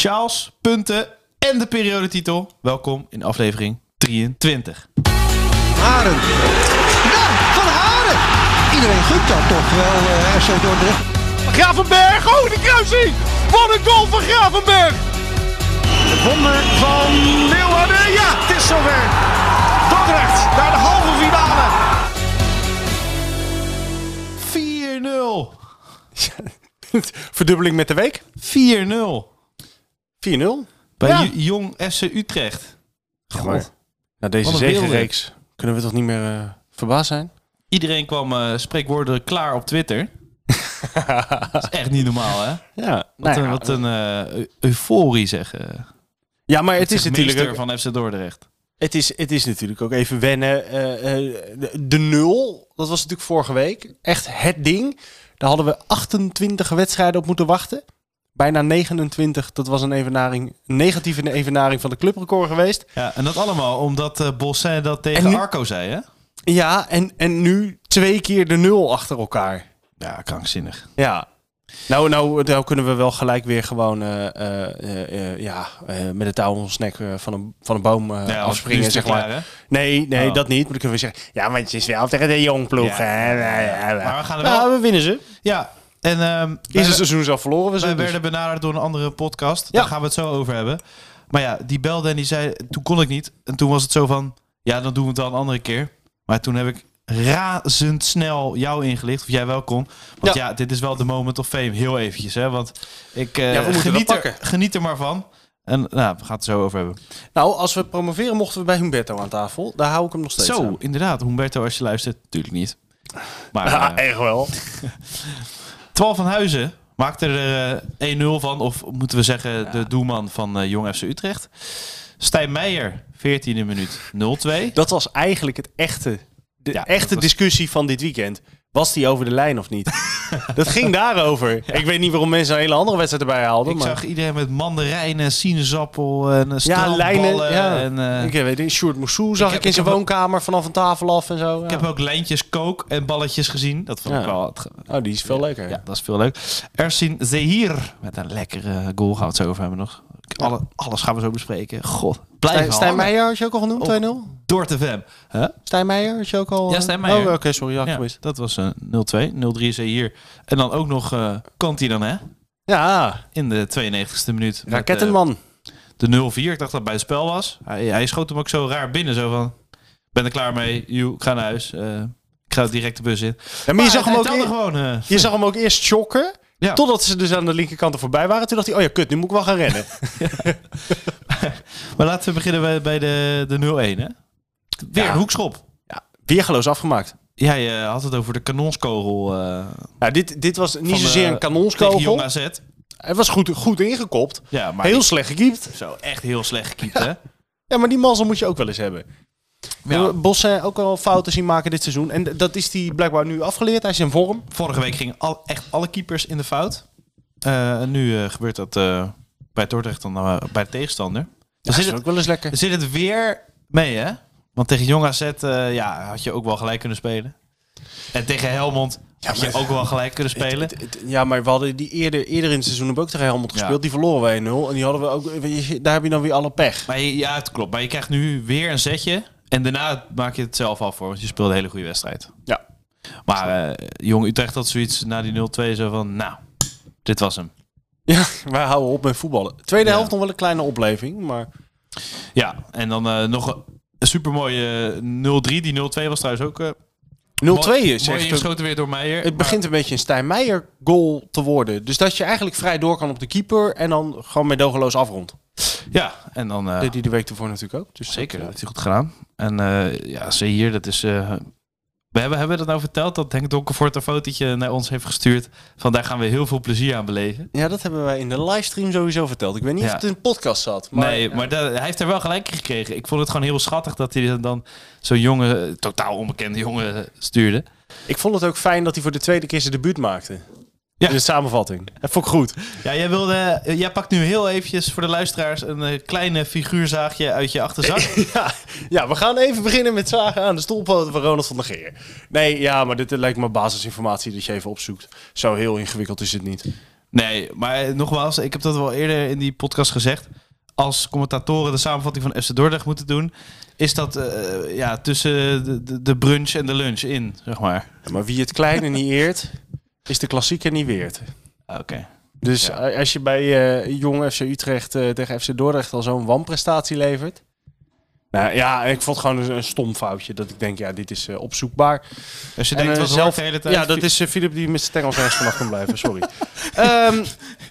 sjaals, punten en de periodetitel. Welkom in aflevering 23. Haren. Nou, van Haren. Iedereen gunt dat toch wel, eh RC Dordrecht. Gravenberg, oh de kruising! Wat een goal van Gravenberg! Wonder van Leeuwarden, ja het is zover! Dordrecht naar de halve finale! 4-0. Verdubbeling met de week, 4-0. 4-0. Bij Ja. J- Jong FC Utrecht. Ja, maar Na deze Wat een zegenreeks kunnen we toch niet meer eh, verbaasd zijn? Iedereen kwam eh spreekwoorden klaar op Twitter. Dat is echt niet normaal, hè? Ja, Wat nou ja, een, wat een eh, eu- euforie, eh. zeggen. ja maar het is, natuurlijk ook, van FC Dordrecht. het, is, het is natuurlijk ook even wennen. eh, eh, de, de nul, dat was natuurlijk vorige week. Echt het ding. Daar hadden we 28 wedstrijden op moeten wachten. Bijna 29, dat was een evenaring, negatieve evenaring van de clubrecord geweest. Ja, en dat allemaal omdat eh Bossin dat tegen En nu- Arco zei, hè? Ja, en, en nu twee keer de nul achter elkaar. Ja, krankzinnig. Ja. Nou, nou, nou kunnen we wel gelijk weer gewoon eh, eh, eh, eh, ja, eh, met de touw om ons nek eh, van, een, van een boom eh, Ja, dus nu afspringen, is het zeg maar. klaar, hè? Nee, nee, Oh. dat niet. Maar dan kunnen we zeggen, ja, want het is wel tegen de jong ploeg. Ja. hè. Maar we gaan er Nou, wel- we winnen ze. Ja, en ehm, wij, Is het seizoen zelf verloren we wij ze. dus. werden benaderd door een andere podcast. Ja. Daar gaan we het zo over hebben. Maar ja, die belde en die zei, toen kon ik niet. En toen was het zo van, ja, dan doen we het dan een andere keer. Maar toen heb ik razendsnel jou ingelicht, of jij wel kon. Want ja, dit is wel de moment of fame, heel eventjes. Hè? Want ik eh, Ja, we moeten geniet, dat er, pakken. geniet er maar van. En nou, we gaan het er zo over hebben. Nou, als we promoveren mochten we bij Humberto aan tafel. Daar hou ik hem nog steeds Zo, aan. inderdaad. Humberto, als je luistert, natuurlijk niet. Maar Ah, eh, echt wel. 12 van Huizen maakte er eh, 1-0 van. Of moeten we zeggen, de doelman van eh, Jong FC Utrecht. Stijn Meijer, 14e minuut, 0-2. Dat was eigenlijk het echte, de Ja, dat echte was- discussie van dit weekend. Was die over de lijn of niet? dat ging daarover. Ik weet niet waarom mensen een hele andere wedstrijd erbij haalden. Ik maar... zag iedereen met mandarijnen, sinaasappel en eh, ja, strandballen. lijnen. Ja. En, eh, ik weet niet, Sjoerd Moussou zag ik, heb- in ik zijn heb ook- woonkamer vanaf een tafel af en zo. ik ja. heb ook lijntjes kook en balletjes gezien. Dat vond Ja. ik wel... het ge- Oh, die is veel leuker. Ja, dat is veel leuk. Ersin Zehir met een lekkere goal. Gaan we het zo over hebben nog. Alle, alles gaan we zo bespreken. God, blijf Stijn, Stijn hangen. Meijer had je ook al Op- genoemd, 2-0? Door te fem. Huh? Stijn Meijer had je ook al... Ja, eh, Stijn Meijer. Oh, oké, sorry, ja, ik Ja, gemist. dat was eh 0-2. 0-3 is hij hier. En dan ook nog eh Kanti dan, hè? Ja, In de 92e minuut. Met, rakettenman. eh, de 0-4. Ik dacht dat het bij het spel was. Hij, hij schoot hem ook zo raar binnen. Zo van, ben er klaar mee. Joe, ik ga naar huis. Eh, ik ga direct de bus in. ja, maar je zag, hem ook telde eer- gewoon... eh, je zag hem ook eerst chokken, Ja. totdat ze dus aan de linkerkant er voorbij waren. Toen dacht hij, oh ja, kut, nu moet ik wel gaan rennen. maar laten we beginnen bij, bij de, de 0-1, hè? Weer Ja. een hoekschop. Weergeloos afgemaakt. Jij eh, had het over de kanonskogel eh Nou, dit, dit was niet Van, zozeer eh, een tegen Jong kanonskogel. AZ. Het was goed, goed ingekopt. Ja, maar heel slecht gekiept. zo echt heel slecht gekiept, hè? Ja, maar die mazzel moet je ook wel eens hebben. Ja. Bossen ook al fouten zien maken dit seizoen. En d- dat is hij blijkbaar nu afgeleerd. Hij is in vorm. Vorige week gingen al, echt alle keepers in de fout. Eh, en nu eh, gebeurt dat eh, bij Dordrecht dan eh, bij de tegenstander. Dan zit, het, ook wel eens lekker. dan zit het weer mee, hè? Want tegen Jong AZ eh, ja, had je ook wel gelijk kunnen spelen. En tegen Helmond had je maar- ook wel gelijk kunnen spelen. Het- het- ja, maar we hadden die eerder, eerder in het seizoen hebben we ook tegen Helmond Ja. gespeeld. Die verloren we 1-0. En die hadden we ook. weet je, Daar heb je dan weer alle pech. Maar je- ja, het klopt. Maar je krijgt nu weer een setje. En daarna maak je het zelf af voor, want je speelde een hele goede wedstrijd. Ja. Maar eh, Jong Utrecht had zoiets na die 0-2 zo van, nou, dit was hem. Ja, wij houden op met voetballen. Tweede Ja. helft nog wel een kleine opleving. Maar Ja, en dan eh, nog een- een supermooie eh, 0-3. Die 0-2 was trouwens ook... eh 0-2 mooi- is Mooi echt. een- ingeschoten weer door Meijer. Het begint een beetje een Stijn Meijer goal te worden. Dus dat je eigenlijk vrij door kan op de keeper. En dan gewoon medogeloos afrondt. Ja, en dan... eh, Deed hij de week ervoor natuurlijk ook. Dus zeker, dat dat, heeft hij goed gedaan. En eh, ja, zie hier, dat is... eh, we hebben, hebben we dat nou verteld, dat Henk Donkervoort een fotootje naar ons heeft gestuurd. Van daar gaan we heel veel plezier aan beleven. eh, Ja, dat hebben wij in de livestream sowieso verteld. Ik weet niet Ja. of het in de podcast zat. Maar, nee, maar dat- hij heeft er wel gelijk in gekregen. Ik vond het gewoon heel schattig dat hij dan zo'n jonge, eh, totaal onbekende jongen eh, stuurde. ik vond het ook fijn dat hij voor de tweede keer zijn debuut maakte. Ja. In de samenvatting. Dat vond ik goed. Ja, jij, wilde, eh, jij pakt nu heel eventjes voor de luisteraars een eh, kleine figuurzaagje uit je achterzak. ja, ja, we gaan even beginnen met zagen aan de stoelpoten van Ronald van der Geer. Nee, ja, maar dit lijkt me basisinformatie dat je even opzoekt. Zo heel ingewikkeld is het niet. Nee, maar eh, nogmaals, ik heb dat wel eerder in die podcast gezegd. Als commentatoren de samenvatting van FC Dordrecht moeten doen, is dat eh, ja, tussen de- de, de brunch en de lunch in, zeg maar. Ja, maar wie het kleine niet eert, is de klassieker niet weert. Ah, Oké. Dus a- als je bij eh, jong FC Utrecht eh, tegen FC Dordrecht al zo'n wanprestatie levert. Nou ja, ik vond het gewoon een, een stom foutje. Dat ik denk, ja, dit is eh, opzoekbaar. Als je En, denkt, eh, wat zelf- zelf de hele tijd. Ja, dat is eh, Filip die met zijn tengels ergens vanaf kan blijven, sorry. Ehm,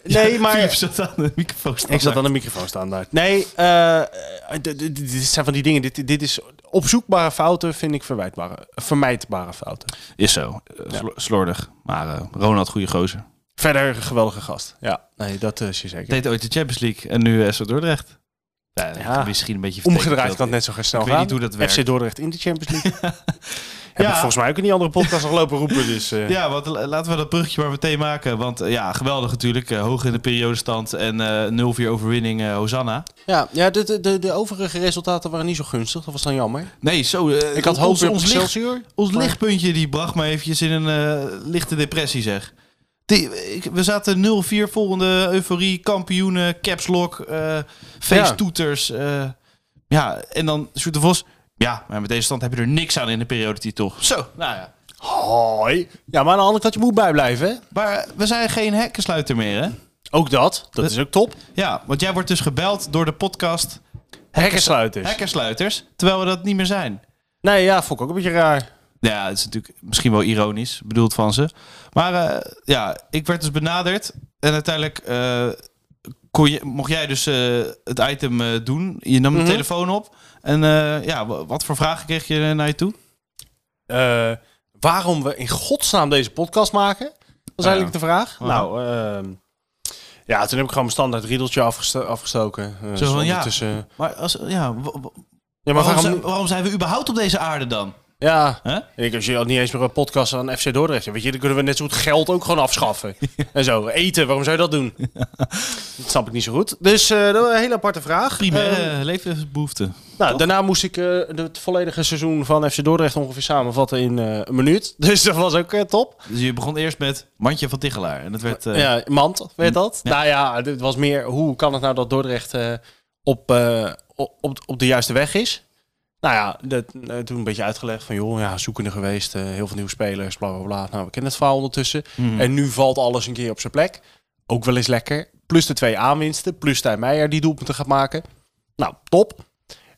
nee, Filip maar... zat aan de microfoon. Ik zat aan de microfoon staan daar. Nee, eh, eh, d- d- d- dit zijn van die dingen. Dit, dit is opzoekbare fouten, vind ik verwijtbare, eh, vermijdbare fouten. Is zo. Eh, slo- Slordig. Maar eh, Ronald, goede gozer. Verder een geweldige gast. Ja, nee, dat eh, is je zeker. Deed ooit de Champions League en nu FC Dordrecht. Ja, Ja. Misschien een beetje Omgedraaid vertekend kan het beeld. net zo gaan snel Ik weet gaan. niet hoe dat werkt. FC Dordrecht in de Champions League. Heb Ja. ik volgens mij ook in die andere podcast nog lopen roepen. Dus, eh, Ja, want eh, laten we dat bruggetje maar meteen maken. Want eh, ja, geweldig natuurlijk. eh, hoog in de periodestand en eh 0-4 overwinning eh, Hosanna. ja, ja de, de- de, de overige resultaten waren niet zo gunstig. Dat was dan jammer. Nee, zo. eh, Ik had ons- hoop op ons, licht, Excelsior. ons maar- lichtpuntje die bracht me eventjes in een eh, lichte depressie, zeg. Die, ik- we zaten 0-4 volgende euforie, kampioenen, caps lock, eh feesttoeters. Ja. ja, en dan Sjoerd de Vos. Ja, maar met deze stand heb je er niks aan in de periodetitel. Zo, nou ja. Hoi. Ja, maar aan de andere kant, je moet bijblijven. hè? Maar we zijn geen hekkensluiter meer, hè? Ook dat. Dat is ook top. Ja, want jij wordt dus gebeld door de podcast Hekkensluiters. Dus- Hekkersluiters, terwijl we dat niet meer zijn. dus. Nee, ja, vond ik ook een beetje raar. Ja, het is natuurlijk misschien wel ironisch bedoeld van ze. Maar eh, ja, ik werd dus benaderd. En uiteindelijk eh, kon je, mocht jij dus eh, het item eh, doen. Je nam Mhm. de telefoon op. En eh, ja, wa- wat voor vragen kreeg je eh, naar je toe? Eh, waarom we in godsnaam deze podcast maken? Dat is Ja. eigenlijk de vraag. Ja. Nou, ehm, ja, toen heb ik gewoon mijn standaard riedeltje afgesto- afgestoken. Eh, Zo van, ja. ondertussen- Maar als, ja, wa- wa- ja, maar waarom, waarom... zijn, waarom zijn we überhaupt op deze aarde dan? Ja, Hè? en ik, als je al niet eens meer een podcast aan FC Dordrecht hebt, weet je, dan kunnen we net zo goed geld ook gewoon afschaffen. En zo, eten, waarom zou je dat doen? Dat snap ik niet zo goed. Dus eh, dat was een hele aparte vraag. Ehm, Primaire levensbehoeften. Nou, daarna moest ik eh, het volledige seizoen van FC Dordrecht ongeveer samenvatten in eh, een minuut. Dus dat was ook eh, top. Dus je begon eerst met Mandje van Tichelaar. En dat werd... eh, Ja, mand werd dat. Ja. Nou ja, het was meer hoe kan het nou dat Dordrecht eh, op, eh, op, op- op de juiste weg is? Nou ja, dat, eh, toen een beetje uitgelegd van joh, ja, zoekende geweest, eh, heel veel nieuwe spelers, bla bla bla. Nou, we kennen het verhaal ondertussen. mhm. En nu valt alles een keer op zijn plek. Ook wel eens lekker. Plus de twee aanwinsten, plus Tijn Meijer die doelpunten gaat maken. Nou, top.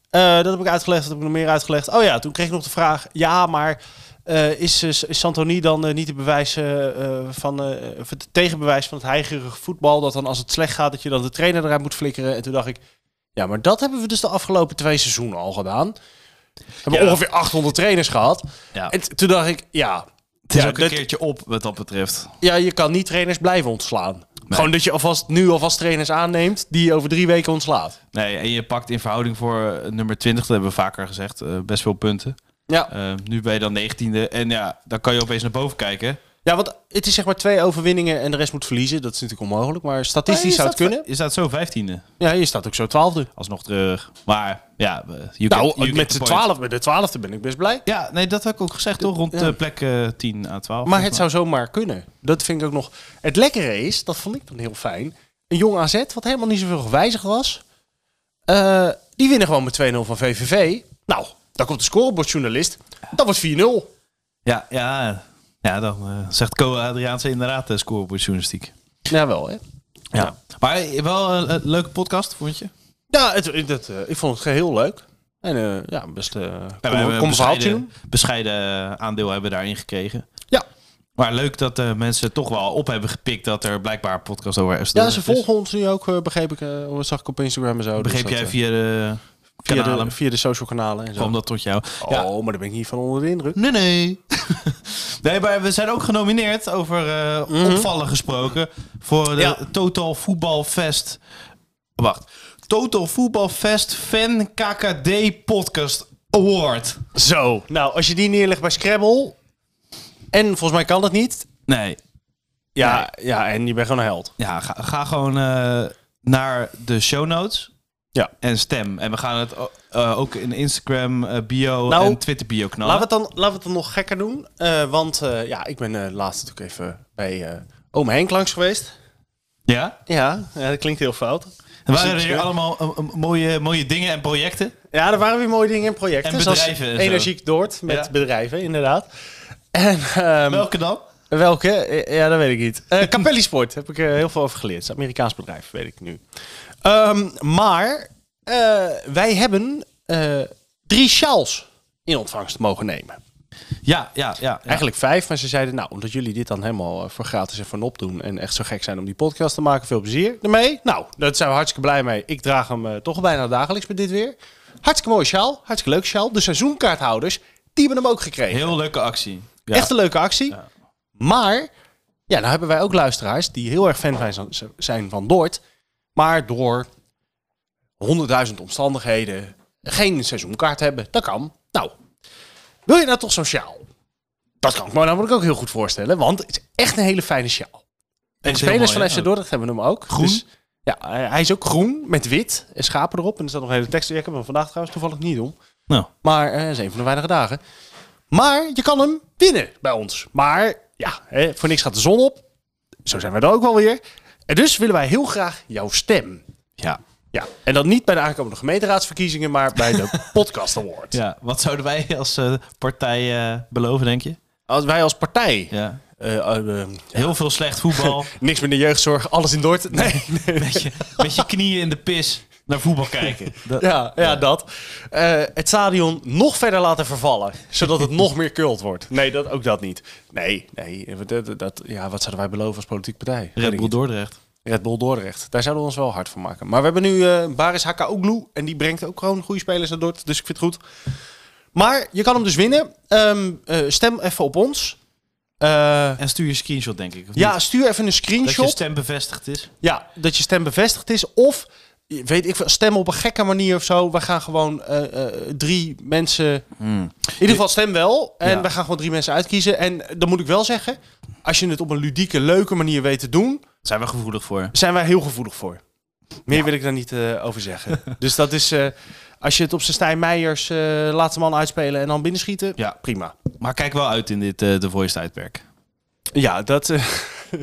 Eh, dat heb ik uitgelegd, dat heb ik nog meer uitgelegd. Oh ja, toen kreeg ik nog de vraag, ja, maar eh, is, eh, is Santoni dan eh, niet het bewijs eh, eh, van, eh, of het tegenbewijs van het heigerige voetbal, dat dan als het slecht gaat, dat je dan de trainer eruit moet flikkeren? En toen dacht ik, ja, maar dat hebben we dus de afgelopen twee seizoenen al gedaan. We hebben Ja. ongeveer 800 trainers gehad. Ja. En t- toen dacht ik, ja, Het is ja, ook een dat- keertje op wat dat betreft. ja, je kan niet trainers blijven ontslaan. Gewoon dat je alvast, nu alvast trainers aanneemt die je over drie weken ontslaat. Nee, en je pakt in verhouding voor eh, nummer 20, dat hebben we vaker gezegd, eh, best veel punten. Ja. Eh, nu ben je dan 19e en ja, dan kan je opeens naar boven kijken. ja, want het is zeg maar twee overwinningen en de rest moet verliezen. Dat is natuurlijk onmogelijk, maar statistisch Oh, zou het kunnen. Je staat zo 15e, Ja, je staat ook zo twaalfde. alsnog terug. Maar ja, we- you get- you Nou, get met the de, point. twaalf, met de twaalfde ben ik best blij. Ja, nee, dat had ik ook gezegd, toch? Rond Ja. eh, plek eh, 10 à 12. Maar het zou zomaar kunnen. Dat vind ik ook nog... Het lekkere is, dat vond ik dan heel fijn... Een jong AZ, wat helemaal niet zoveel gewijzigd was... eh, die winnen gewoon met 2-0 van VVV. Nou, dan komt de scorebordjournalist. Dat wordt 4-0. Ja, ja, ja dan eh, zegt Co Adriaanse inderdaad eh, de scorebordjournalistiek. Jawel, hè. Ja. Maar eh, wel een, een leuke podcast, vond je? Ja, het, het- het, eh, ik vond het geheel leuk. En eh, ja, best eh kom, Ja, we hebben kom een verhaaltje bescheiden, doen. bescheiden eh, aandeel hebben we daarin gekregen. Ja. Maar leuk dat eh, mensen toch wel op hebben gepikt dat er blijkbaar een podcast over SD Ja, ze volgen ons nu ook, eh, begreep ik. eh, zag ik op Instagram en zo. Dus Begreep dat, jij eh, via de via, kanalen? de, via de social kanalen en zo. Kwam dat tot jou? Ja. Oh, maar daar ben ik niet van onder de indruk. Nee, nee. nee, maar we zijn ook genomineerd over eh, opvallen gesproken voor de Mhm. Ja. Total Voetbalfest. Wacht. Total Voetbalfest Fan KKD Podcast Award. Zo. Nou, als je die neerlegt bij Scrabble... En volgens mij kan dat niet. Nee, Ja, ja en je bent gewoon een held. Ja, ga, ga gewoon eh, naar de show notes. Ja. En stem. En we gaan het o- eh, ook in Instagram eh, bio Nou, en Twitter bio knallen. Laten, we het dan, laten we het dan nog gekker doen. eh, want eh, ja, ik ben eh, laatst natuurlijk even bij eh oom Henk langs geweest. Ja? Ja, ja, dat klinkt heel fout. Dus- Er waren er Precies, weer ja. allemaal eh, eh, mooie, mooie dingen en projecten. Ja, er waren weer mooie dingen in projecten. En zoals bedrijven en zo. Energiek Doord met Ja. bedrijven, inderdaad. En ehm, Welke dan? welke? Eh, Ja, dat weet ik niet. Eh Capelli Sport heb ik er heel veel over geleerd. Het is een Amerikaans bedrijf, weet ik nu. Ehm, maar eh, wij hebben eh, drie sjaals in ontvangst mogen nemen. Ja, ja, ja. ja. Eigenlijk vijf, maar ze zeiden, nou, omdat jullie dit dan helemaal eh, voor gratis en voor nop doen en echt zo gek zijn om die podcast te maken, veel plezier ermee. Nou, daar zijn we hartstikke blij mee. Ik draag hem eh, toch bijna dagelijks met dit weer. Hartstikke mooi sjaal, hartstikke leuk sjaal. De seizoenkaarthouders, die hebben hem ook gekregen. Heel leuke actie. Ja. Echt een leuke actie. Ja. Maar, ja, nou hebben wij ook luisteraars die heel erg fan zijn- zijn van Dort, maar door honderdduizend omstandigheden geen seizoenkaart hebben. Dat kan. Nou, wil je nou toch zo'n sjaal? Dat kan ik me namelijk ook heel goed voorstellen, want het is echt een hele fijne sjaal. En de Echt spelers heel mooi, hè? van FC Dordrecht hebben hem ook. Groen? ja, eh, hij is ook groen met wit en schapen erop. En er staat nog een hele tekst. in. Ik heb hem vandaag trouwens toevallig niet om. Nou, Maar eh, dat is een van de weinige dagen. Maar je kan hem winnen bij ons. Maar ja, hè, voor niks gaat de zon op. Zo zijn wij dan ook wel weer. En dus willen wij heel graag jouw stem. ja. Ja, en dan niet bij de aankomende gemeenteraadsverkiezingen, maar bij de Podcast Award. ja. Wat zouden wij als eh, partij eh, beloven, denk je? Als wij als partij Ja. eh, eh, eh, Heel veel slecht voetbal. niks meer in de jeugdzorg, alles in Dordt. Nee, nee. met, je, met je knieën in de pis naar voetbal kijken. Dat- Ja, ja, dat. Eh, het stadion nog verder laten vervallen, zodat het nog meer kult wordt. Nee, dat, ook dat niet. Nee, nee. Dat, dat- dat, ja, wat zouden wij beloven als politieke partij? Weet ik Red Bull Dordrecht. Red Bull Dordrecht. Daar zouden we ons wel hard voor maken. Maar we hebben nu eh Baris Hakaoglu. En die brengt ook gewoon goede spelers naar Dordt. Dus ik vind het goed. Maar je kan hem dus winnen. Ehm, eh, stem even op ons. Eh, En stuur je screenshot, denk ik. of niet? ja, stuur even een Dat je screenshot. stem bevestigd is. ja, dat je stem bevestigd is. Of, weet ik veel, stem op een gekke manier of zo. We gaan gewoon eh, eh, drie mensen... Hmm. In ieder geval stem wel. En Ja. we gaan gewoon drie mensen uitkiezen. En dan moet ik wel zeggen... Als je het op een ludieke, leuke manier weet te doen... Zijn we gevoelig voor. zijn wij heel gevoelig voor. Meer wil ik daar niet eh, over zeggen. dus dat is, eh, als je het op zijn Stijn Meijers eh laat hem man uitspelen en dan binnenschieten, Ja. prima. Maar kijk wel uit in dit eh The Voice tijdperk. Ja, dat... eh,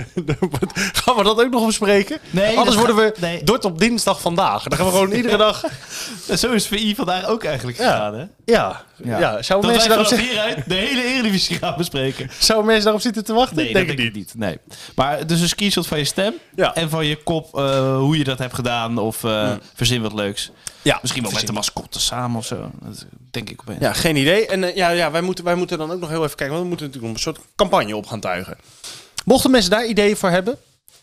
gaan we dat ook nog bespreken? Nee, Anders dat worden we ga- nee. Dort op dinsdag vandaag. Dan gaan we gewoon iedere dag... Zo is VI vandaag ook eigenlijk Ja. gegaan, hè? Ja, ja. Ja. Dat Zouden, wij mensen daarop vanaf zitten, hieruit de hele Eredivisie gaan bespreken. zouden mensen daarop zitten te wachten? Nee, Ik dat denk denk het ik niet. Nee. Maar dus een screenshot van je stem Ja. en van je kop eh, hoe je dat hebt gedaan of eh, verzin wat leuks. Ja, Misschien wel met de verzin. mascotte samen of zo. Dat denk ik opeens. Ja, geen idee. En eh, ja, ja wij, moeten, wij moeten dan ook nog heel even kijken, want we moeten natuurlijk een soort campagne op gaan tuigen. Mochten mensen daar ideeën voor hebben,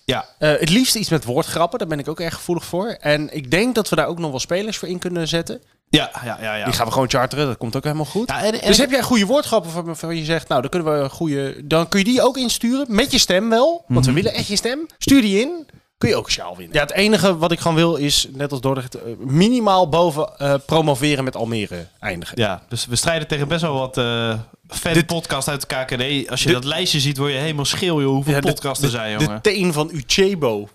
ja. Eh, het liefst iets met woordgrappen, daar ben ik ook erg gevoelig voor. En ik denk dat we daar ook nog wel spelers voor in kunnen zetten. Ja, ja, ja. ja. Die gaan we gewoon charteren, dat komt ook helemaal goed. Ja, en- en- dus heb jij goede woordgrappen van- waarvan je zegt, nou, dan, kunnen we een goede, dan kun je die ook insturen, met je stem wel. Want we willen echt je stem. Stuur die in, kun je ook een sjaal winnen. Mhm. Ja, het enige wat ik gewoon wil is, net als Dordrecht, eh, minimaal boven eh, promoveren met Almere eindigen. Ja, dus we strijden tegen best wel wat eh fan podcast uit de KKD. Als je dat lijstje ziet, word je helemaal scheel, joh. Hoeveel Ja, de- podcasts er zijn, De jongen. teen van Uchebo.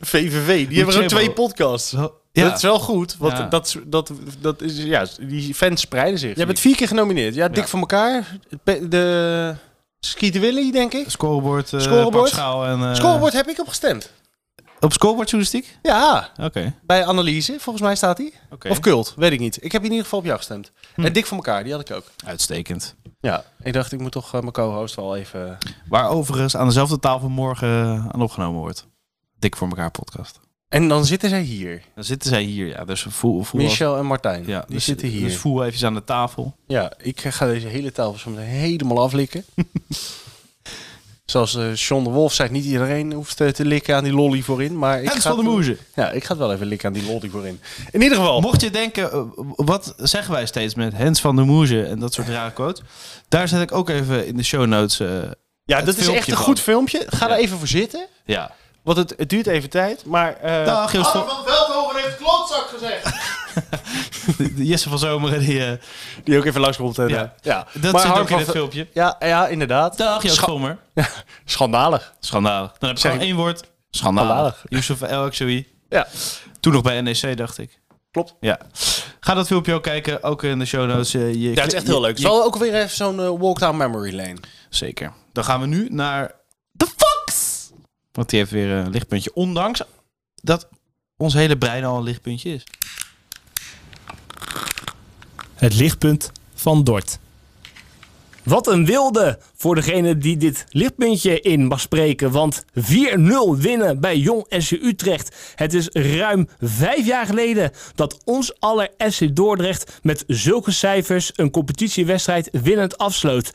VVV, die hebben ook Uchebo. twee podcasts. Ja. Dat is wel goed, want Ja. dat, dat, dat is, ja, die fans spreiden zich. Je bent vier keer genomineerd. Ja, Dik voor elkaar. De Ski de Willy, denk ik. Scoreboard, eh Scoreboard? pakschaal en... eh, Scoreboard heb ik op gestemd. Op scoreboard journalistiek? Ja, Oké. bij Analyse, volgens mij staat hij. Oké. Of Kult, weet ik niet. Ik heb in ieder geval op jou gestemd. En Dik voor elkaar, die had ik ook. Uitstekend. Hm. Ja, ik dacht, ik moet toch eh, mijn co-host wel even... Waar overigens aan dezelfde tafel morgen eh, aan opgenomen wordt. Dik voor elkaar podcast. En dan zitten zij hier. Dan zitten zij hier, ja. Dus voel... voel Michel en Martijn, ja, die dus- zitten hier. Dus voel even aan de tafel. Ja, ik ga deze hele tafel zo meteen helemaal aflikken. Zoals eh John de Wolf zei, niet iedereen hoeft eh, te likken aan die lolly voorin. Maar ik Het is ga van de moezen. Ja, ik ga het wel even likken aan die lolly voorin. In ieder geval. Mocht je denken, eh, wat zeggen wij steeds met Hens van der Moerje en dat soort rare quotes. Daar zet ik ook even in de show notes. eh, ja, het dat is filmpje echt een van. goed filmpje. Ga Ja. daar even voor zitten. ja. Want het, het duurt even tijd. Maar eh, Dag, Joost van- Van Veldhoven heeft klootzak gezegd. De- de Jesse van Zomeren die... eh, die ook even langskomt. komt eh, Ja. ja. dat maar zit Harm ook in van het Ve- filmpje. Ja, ja, inderdaad. Dag Joost Scha- Vollmer. Schandalig. Schandalig. Dan heb ik Zeg gewoon één woord. Schandalig. Schandalig. Youssef El Akshoui. Ja. Toen nog bij NEC, dacht ik. Klopt. Ja. Ga dat filmpje ook kijken. Ook in de show notes. eh, je- Ja, het is echt heel je- leuk. je- Zal ook weer even zo'n eh, walk down memory lane. Zeker. Dan gaan we nu naar... The Fox! Want die heeft weer een lichtpuntje. Ondanks dat ons hele brein al een lichtpuntje is. Het lichtpunt van Dort. Wat een wilde voor degene die dit lichtpuntje in mag spreken. Want 4-0 winnen bij Jong SC Utrecht. Het is ruim vijf jaar geleden dat ons aller SC Dordrecht met zulke cijfers een competitiewedstrijd winnend afsloot.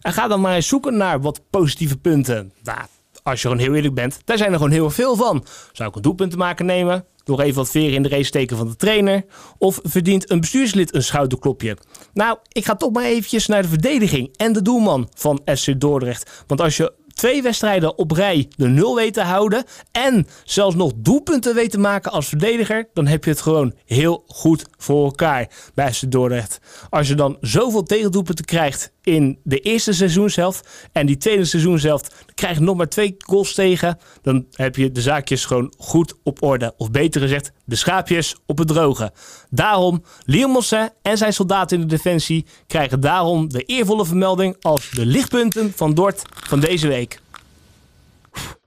En ga dan maar eens zoeken naar wat positieve punten. Nou, als je gewoon heel eerlijk bent, daar zijn er gewoon heel veel van. Zou ik een doelpunt te maken nemen? Nog even wat veren in de race steken van de trainer? Of verdient een bestuurslid een schouderklopje? Nou, ik ga toch maar eventjes naar de verdediging en de doelman van SC Dordrecht. Want als je twee wedstrijden op rij de nul weet te houden... en zelfs nog doelpunten weet te maken als verdediger... dan heb je het gewoon heel goed voor elkaar bij SC Dordrecht. Als je dan zoveel tegendoelpunten krijgt in de eerste seizoenshelft... en die tweede seizoenshelft krijg je nog maar twee goals tegen... dan heb je de zaakjes gewoon goed op orde. Of beter gezegd, de schaapjes op het droge. Daarom, Liam Mossen en zijn soldaten in de defensie... krijgen daarom de eervolle vermelding als de lichtpunten van Dort van deze week.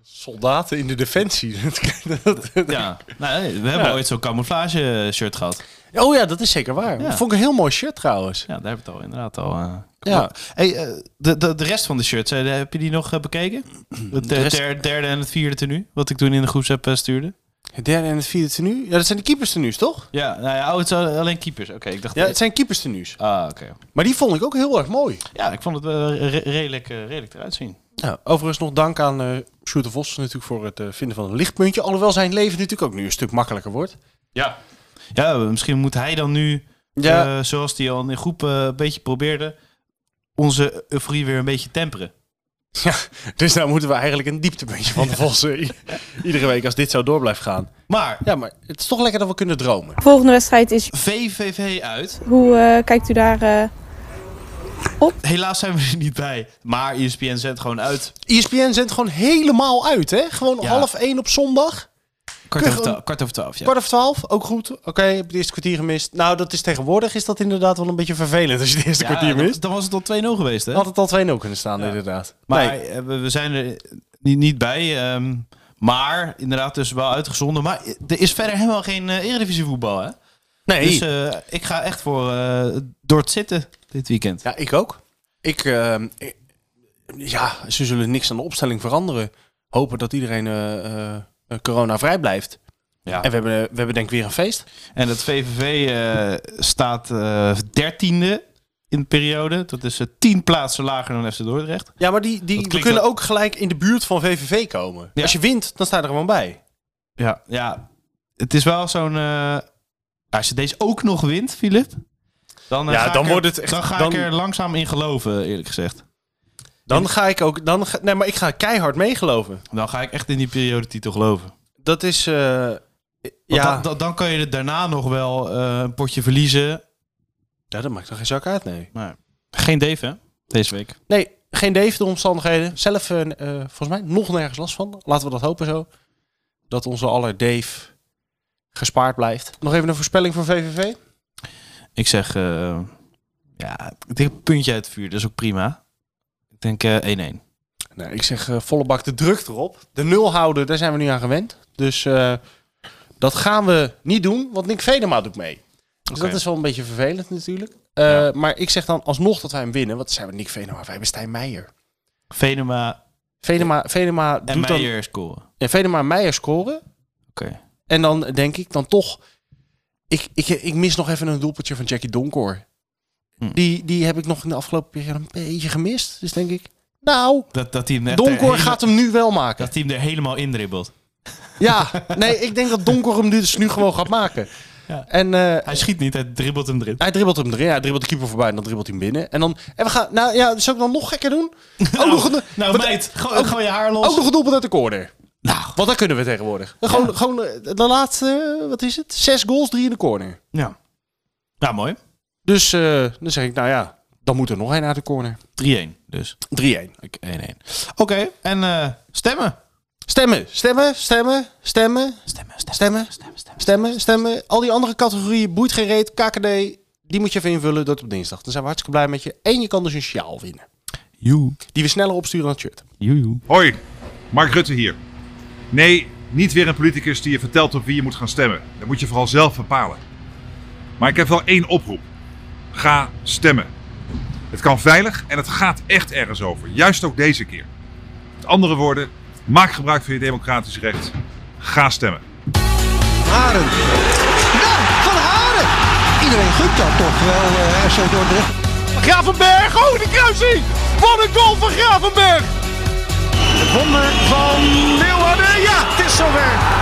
Soldaten in de defensie. Dat- dat- dat- Ja, nou, nee, we hebben ooit zo'n camouflage shirt gehad. oh ja, dat is zeker waar. Ja. Vond ik een heel mooi shirt trouwens. Ja, daar hebben we het al inderdaad al. eh, Ja. Hey, eh, de, de, de rest van de shirts, eh, heb je die nog eh, bekeken? Het de rest- derde en het vierde tenue, wat ik toen in de groepsapp eh, stuurde. Het derde en het vierde tenue. Ja, dat zijn de keepers tenues, toch? Ja, nou ja, oh, het zijn alleen keepers. Oké, ik dacht... Ja, het zijn keepers tenues. Ah, oké. Maar die vond ik ook heel erg mooi. Ja, ik vond het wel re- redelijk, eh, redelijk eruit zien. Ja, overigens nog dank aan eh Sjoerd de Vos natuurlijk voor het eh, vinden van een lichtpuntje. Alhoewel zijn leven natuurlijk ook nu een stuk makkelijker wordt. Ja. Ja, misschien moet hij dan nu, Ja. eh, zoals hij al in de groep eh, een beetje probeerde, onze euforie weer een beetje temperen. Dus daar moeten we eigenlijk een dieptepuntje van de Vos eh, i- iedere week als dit zo door blijft gaan. Maar Ja, maar het is toch lekker dat we kunnen dromen. Volgende wedstrijd is, VVV uit. hoe eh, kijkt u daar eh, Helaas zijn we er niet bij. Maar E ESPN zendt gewoon uit. ESPN zendt gewoon helemaal uit, hè? Gewoon Ja. half één op zondag. Kwart over, Kuchen. twa- kwart over twaalf, ja. Kwart over twaalf, ook goed. Oké, heb het eerste kwartier gemist. Nou, dat is tegenwoordig is dat inderdaad wel een beetje vervelend als je het eerste Ja, kwartier dan- mist. Dan was het al 2-0 geweest, hè? Had het al 2-0 kunnen staan, inderdaad. Maar Nee. eh, we we zijn er niet, niet bij. ehm, maar inderdaad, dus wel uitgezonden. Maar er is verder helemaal geen eh, eredivisie voetbal, hè? nee. Dus eh, ik ga echt voor eh Dort zitten dit weekend. Ja, ik ook. Ik, ehm, ik- ja, ze zullen niks aan de opstelling veranderen. Hopen dat iedereen eh, eh, corona-vrij blijft. Ja. En we hebben, eh, we hebben denk ik weer een feest. En dat VVV eh, staat eh, dertiende in de periode. Dat is eh, tien plaatsen lager dan FC Dordrecht. Ja, maar die, Dat die we klinkt kunnen wel- ook gelijk in de buurt van VVV komen. Ja. Als je wint, dan staat er gewoon bij. Ja, ja. Het is wel zo'n... eh, als je deze ook nog wint, Filip... Dan, eh, Ja, ga dan ik er- wordt het echt- dan ga dan- ik er langzaam in geloven, eerlijk gezegd. Dan ga ik ook... Dan ga, nee, maar ik ga keihard meegeloven. Dan ga ik echt in die periodetitel geloven. Dat is... eh, Want ja. dan, dan, dan kan je er daarna nog wel eh, een potje verliezen. ja, dat maakt toch geen zak uit, nee. Maar geen Dave, hè? Deze week. Nee, geen Dave de omstandigheden. Zelf, eh, eh, volgens mij, nog nergens last van. Laten we dat hopen zo. Dat onze aller Dave gespaard blijft. Nog even een voorspelling voor VVV. Ik zeg... eh, ja, ik denk een puntje uit het vuur. Dat is ook prima. Ik denk eh, 1-1. Nee, ik zeg eh, volle bak de druk erop. De nul houden, daar zijn we nu aan gewend. Dus eh, dat gaan we niet doen, want Nick Vedema doet mee. Dus Oké. dat is wel een beetje vervelend natuurlijk. Eh, Ja. Maar ik zeg dan alsnog dat wij hem winnen. Wat zijn we Nick Vedema? Wij hebben Stijn Meijer. Venema Venema, Venema en doet dan... Meijer scoren. Ja, Venema en Meijer scoren. Oké. En dan denk ik dan toch... Ik, ik, ik mis nog even een doelpuntje van Jackie Donkor. Hm. Die, die heb ik nog in de afgelopen periode een beetje gemist. Dus denk ik, nou, Dat, dat hij hem echt er Donkor helemaal- gaat hem nu wel maken. Dat hij hem er helemaal indribbelt. Ja, nee, ik denk dat Donkor hem dus nu gewoon gaat maken. Ja. En eh, Hij schiet niet, hij dribbelt hem erin. hij dribbelt hem erin. Hij dribbelt de keeper voorbij en dan dribbelt hij hem binnen. En dan, en we gaan, nou ja, zou ik dan nog gekker doen? Ook nog een, Nou want- meid, go- ook- gooi je haar los. ook nog een doelpunt uit de corner. Nou, Want dat kunnen we tegenwoordig. Gewoon, gewoon eh, de laatste, eh, wat is het? Zes goals, drie in de corner. ja. Nou, mooi. Dus eh, dan zeg ik, nou ja, dan moet er nog één uit de corner. 3-1 dus. 3-1. Oké, 1-1. Oké, en eh, stemmen. Stemmen, stemmen, stemmen, stemmen, Stemmen, stemmen, stemmen, stemmen. stemmen, stemmen. Al die andere categorieën, boeit geen reet, KKD, die moet je even invullen. Dat op dinsdag. Dan zijn we hartstikke blij met je. En je kan dus een sjaal winnen. Joe, Die we sneller opsturen dan het shirt. joe, joe. Hoi, Mark Rutte hier. Nee, niet weer een politicus die je vertelt op wie je moet gaan stemmen. Dat moet je vooral zelf bepalen. Maar ik heb wel één oproep. Ga stemmen. Het kan veilig en het gaat echt ergens over. Juist ook deze keer. Met andere woorden, maak gebruik van je democratisch recht. Ga stemmen. Haren. Nou, Van Haren. Iedereen gunt dat toch wel, eh, RC Dordrecht. Gravenberg, oh de kruising! Wat een goal van Gravenberg! Het wonder van Leeuwarden, ja, het is zover.